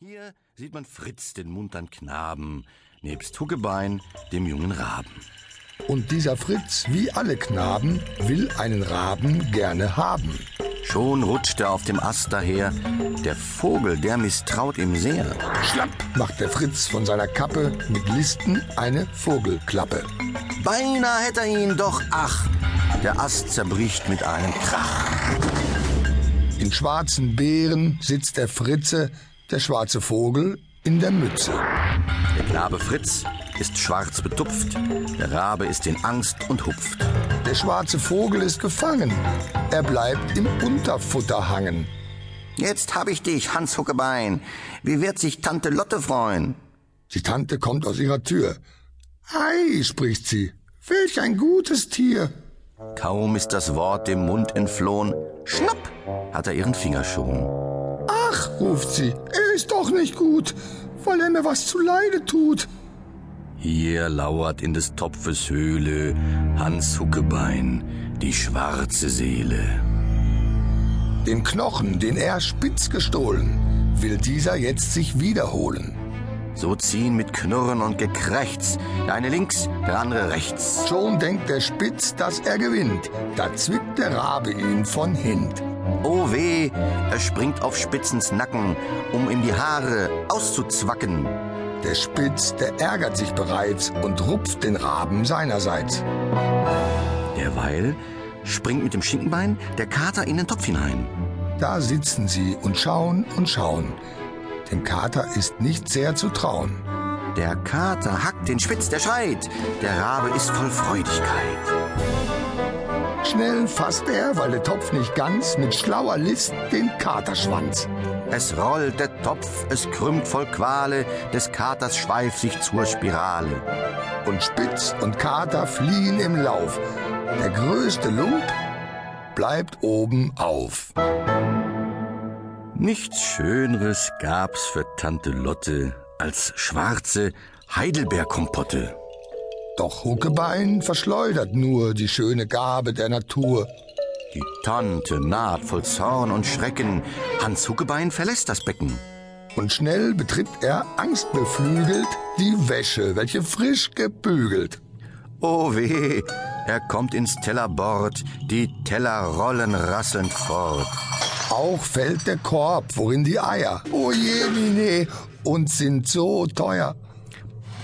Hier sieht man Fritz, den muntern Knaben, nebst Huckebein, dem jungen Raben. Und dieser Fritz, wie alle Knaben, will einen Raben gerne haben. Schon rutscht er auf dem Ast daher, der Vogel, der misstraut ihm sehr. Schlapp macht der Fritz von seiner Kappe mit Listen eine Vogelklappe. Beinahe hätte er ihn, doch ach, der Ast zerbricht mit einem Krach. In schwarzen Beeren sitzt der Fritze, der schwarze Vogel, in der Mütze. Der Knabe Fritz ist schwarz betupft, der Rabe ist in Angst und hupft. Der schwarze Vogel ist gefangen. Er bleibt im Unterfutter hangen. Jetzt hab ich dich, Hans Huckebein. Wie wird sich Tante Lotte freuen? Die Tante kommt aus ihrer Tür. Ei, spricht sie. Welch ein gutes Tier. Kaum ist das Wort dem Mund entflohen, schnapp hat er ihren Finger schon. Ach, ruft sie, er ist doch nicht gut, weil er mir was zuleide tut. Hier lauert in des Topfes Höhle Hans Huckebein, die schwarze Seele. Den Knochen, den er spitz gestohlen, will dieser jetzt sich wiederholen. So ziehen mit Knurren und Gekrächz, der eine links, der andere rechts. Schon denkt der Spitz, dass er gewinnt. Da zwickt der Rabe ihn von hint. Oh weh, er springt auf Spitzens Nacken, um ihm die Haare auszuzwacken. Der Spitz, der ärgert sich bereits und rupft den Raben seinerseits. Derweil springt mit dem Schinkenbein der Kater in den Topf hinein. Da sitzen sie und schauen und schauen. Dem Kater ist nicht sehr zu trauen. Der Kater hackt den Spitz, der schreit. Der Rabe ist voll Freudigkeit. Schnell fasst er, weil der Topf nicht ganz, mit schlauer List den Katerschwanz. Es rollt der Topf, es krümmt voll Quale, des Katers schweift sich zur Spirale. Und Spitz und Kater fliehen im Lauf. Der größte Lump bleibt oben auf. Nichts Schöneres gab's für Tante Lotte als schwarze Heidelbeerkompotte. Doch Huckebein verschleudert nur die schöne Gabe der Natur. Die Tante naht voll Zorn und Schrecken. Hans Huckebein verlässt das Becken. Und schnell betritt er, angstbeflügelt, die Wäsche, welche frisch gebügelt. Oh weh, er kommt ins Tellerbord, die Teller rollen rasselnd fort. Auch fällt der Korb, worin die Eier, oh je, mine, und sind so teuer.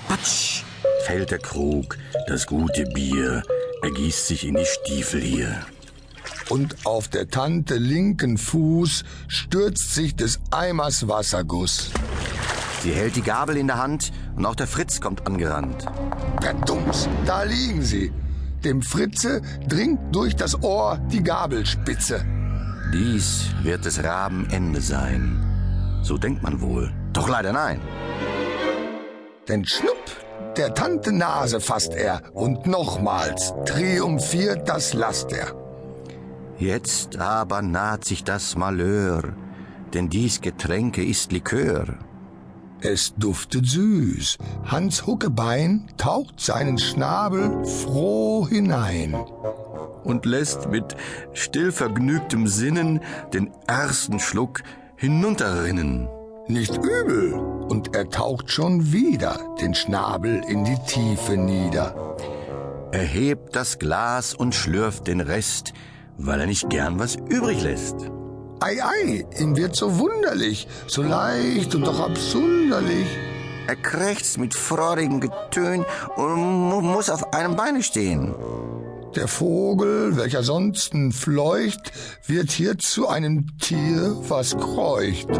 Patsch, fällt der Krug, das gute Bier ergießt sich in die Stiefel hier. Und auf der Tante linken Fuß stürzt sich des Eimers Wasserguss. Sie hält die Gabel in der Hand und auch der Fritz kommt angerannt. Verdumms, da liegen sie. Dem Fritze dringt durch das Ohr die Gabelspitze. Dies wird des Raben Ende sein. So denkt man wohl. Doch leider nein. Denn schnupp, der Tante Nase fasst er und nochmals triumphiert das lasst er. Jetzt aber naht sich das Malheur, denn dies Getränke ist Likör. Es duftet süß. Hans Huckebein taucht seinen Schnabel froh hinein. und lässt mit stillvergnügtem Sinnen den ersten Schluck hinunterrinnen. Nicht übel. Und er taucht schon wieder den Schnabel in die Tiefe nieder. Er hebt das Glas und schlürft den Rest, weil er nicht gern was übrig lässt. Ei, ei, ihm wird so wunderlich, so leicht und doch absunderlich. Er krächzt mit freudigem Getön und mu- muss auf einem Beine stehen. Der Vogel, welcher sonst fleucht, wird hier zu einem Tier, was kreucht.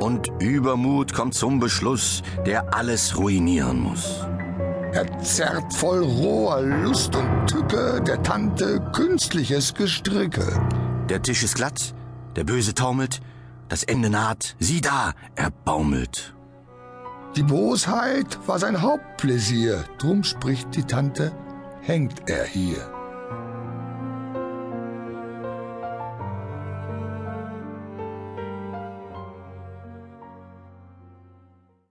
Und Übermut kommt zum Beschluss, der alles ruinieren muss. Er zerrt voll roher Lust und Tücke der Tante künstliches Gestricke. Der Tisch ist glatt, der Böse taumelt, das Ende naht, sieh da, er baumelt. Die Bosheit war sein Hauptpläsier, drum spricht die Tante, hängt er hier.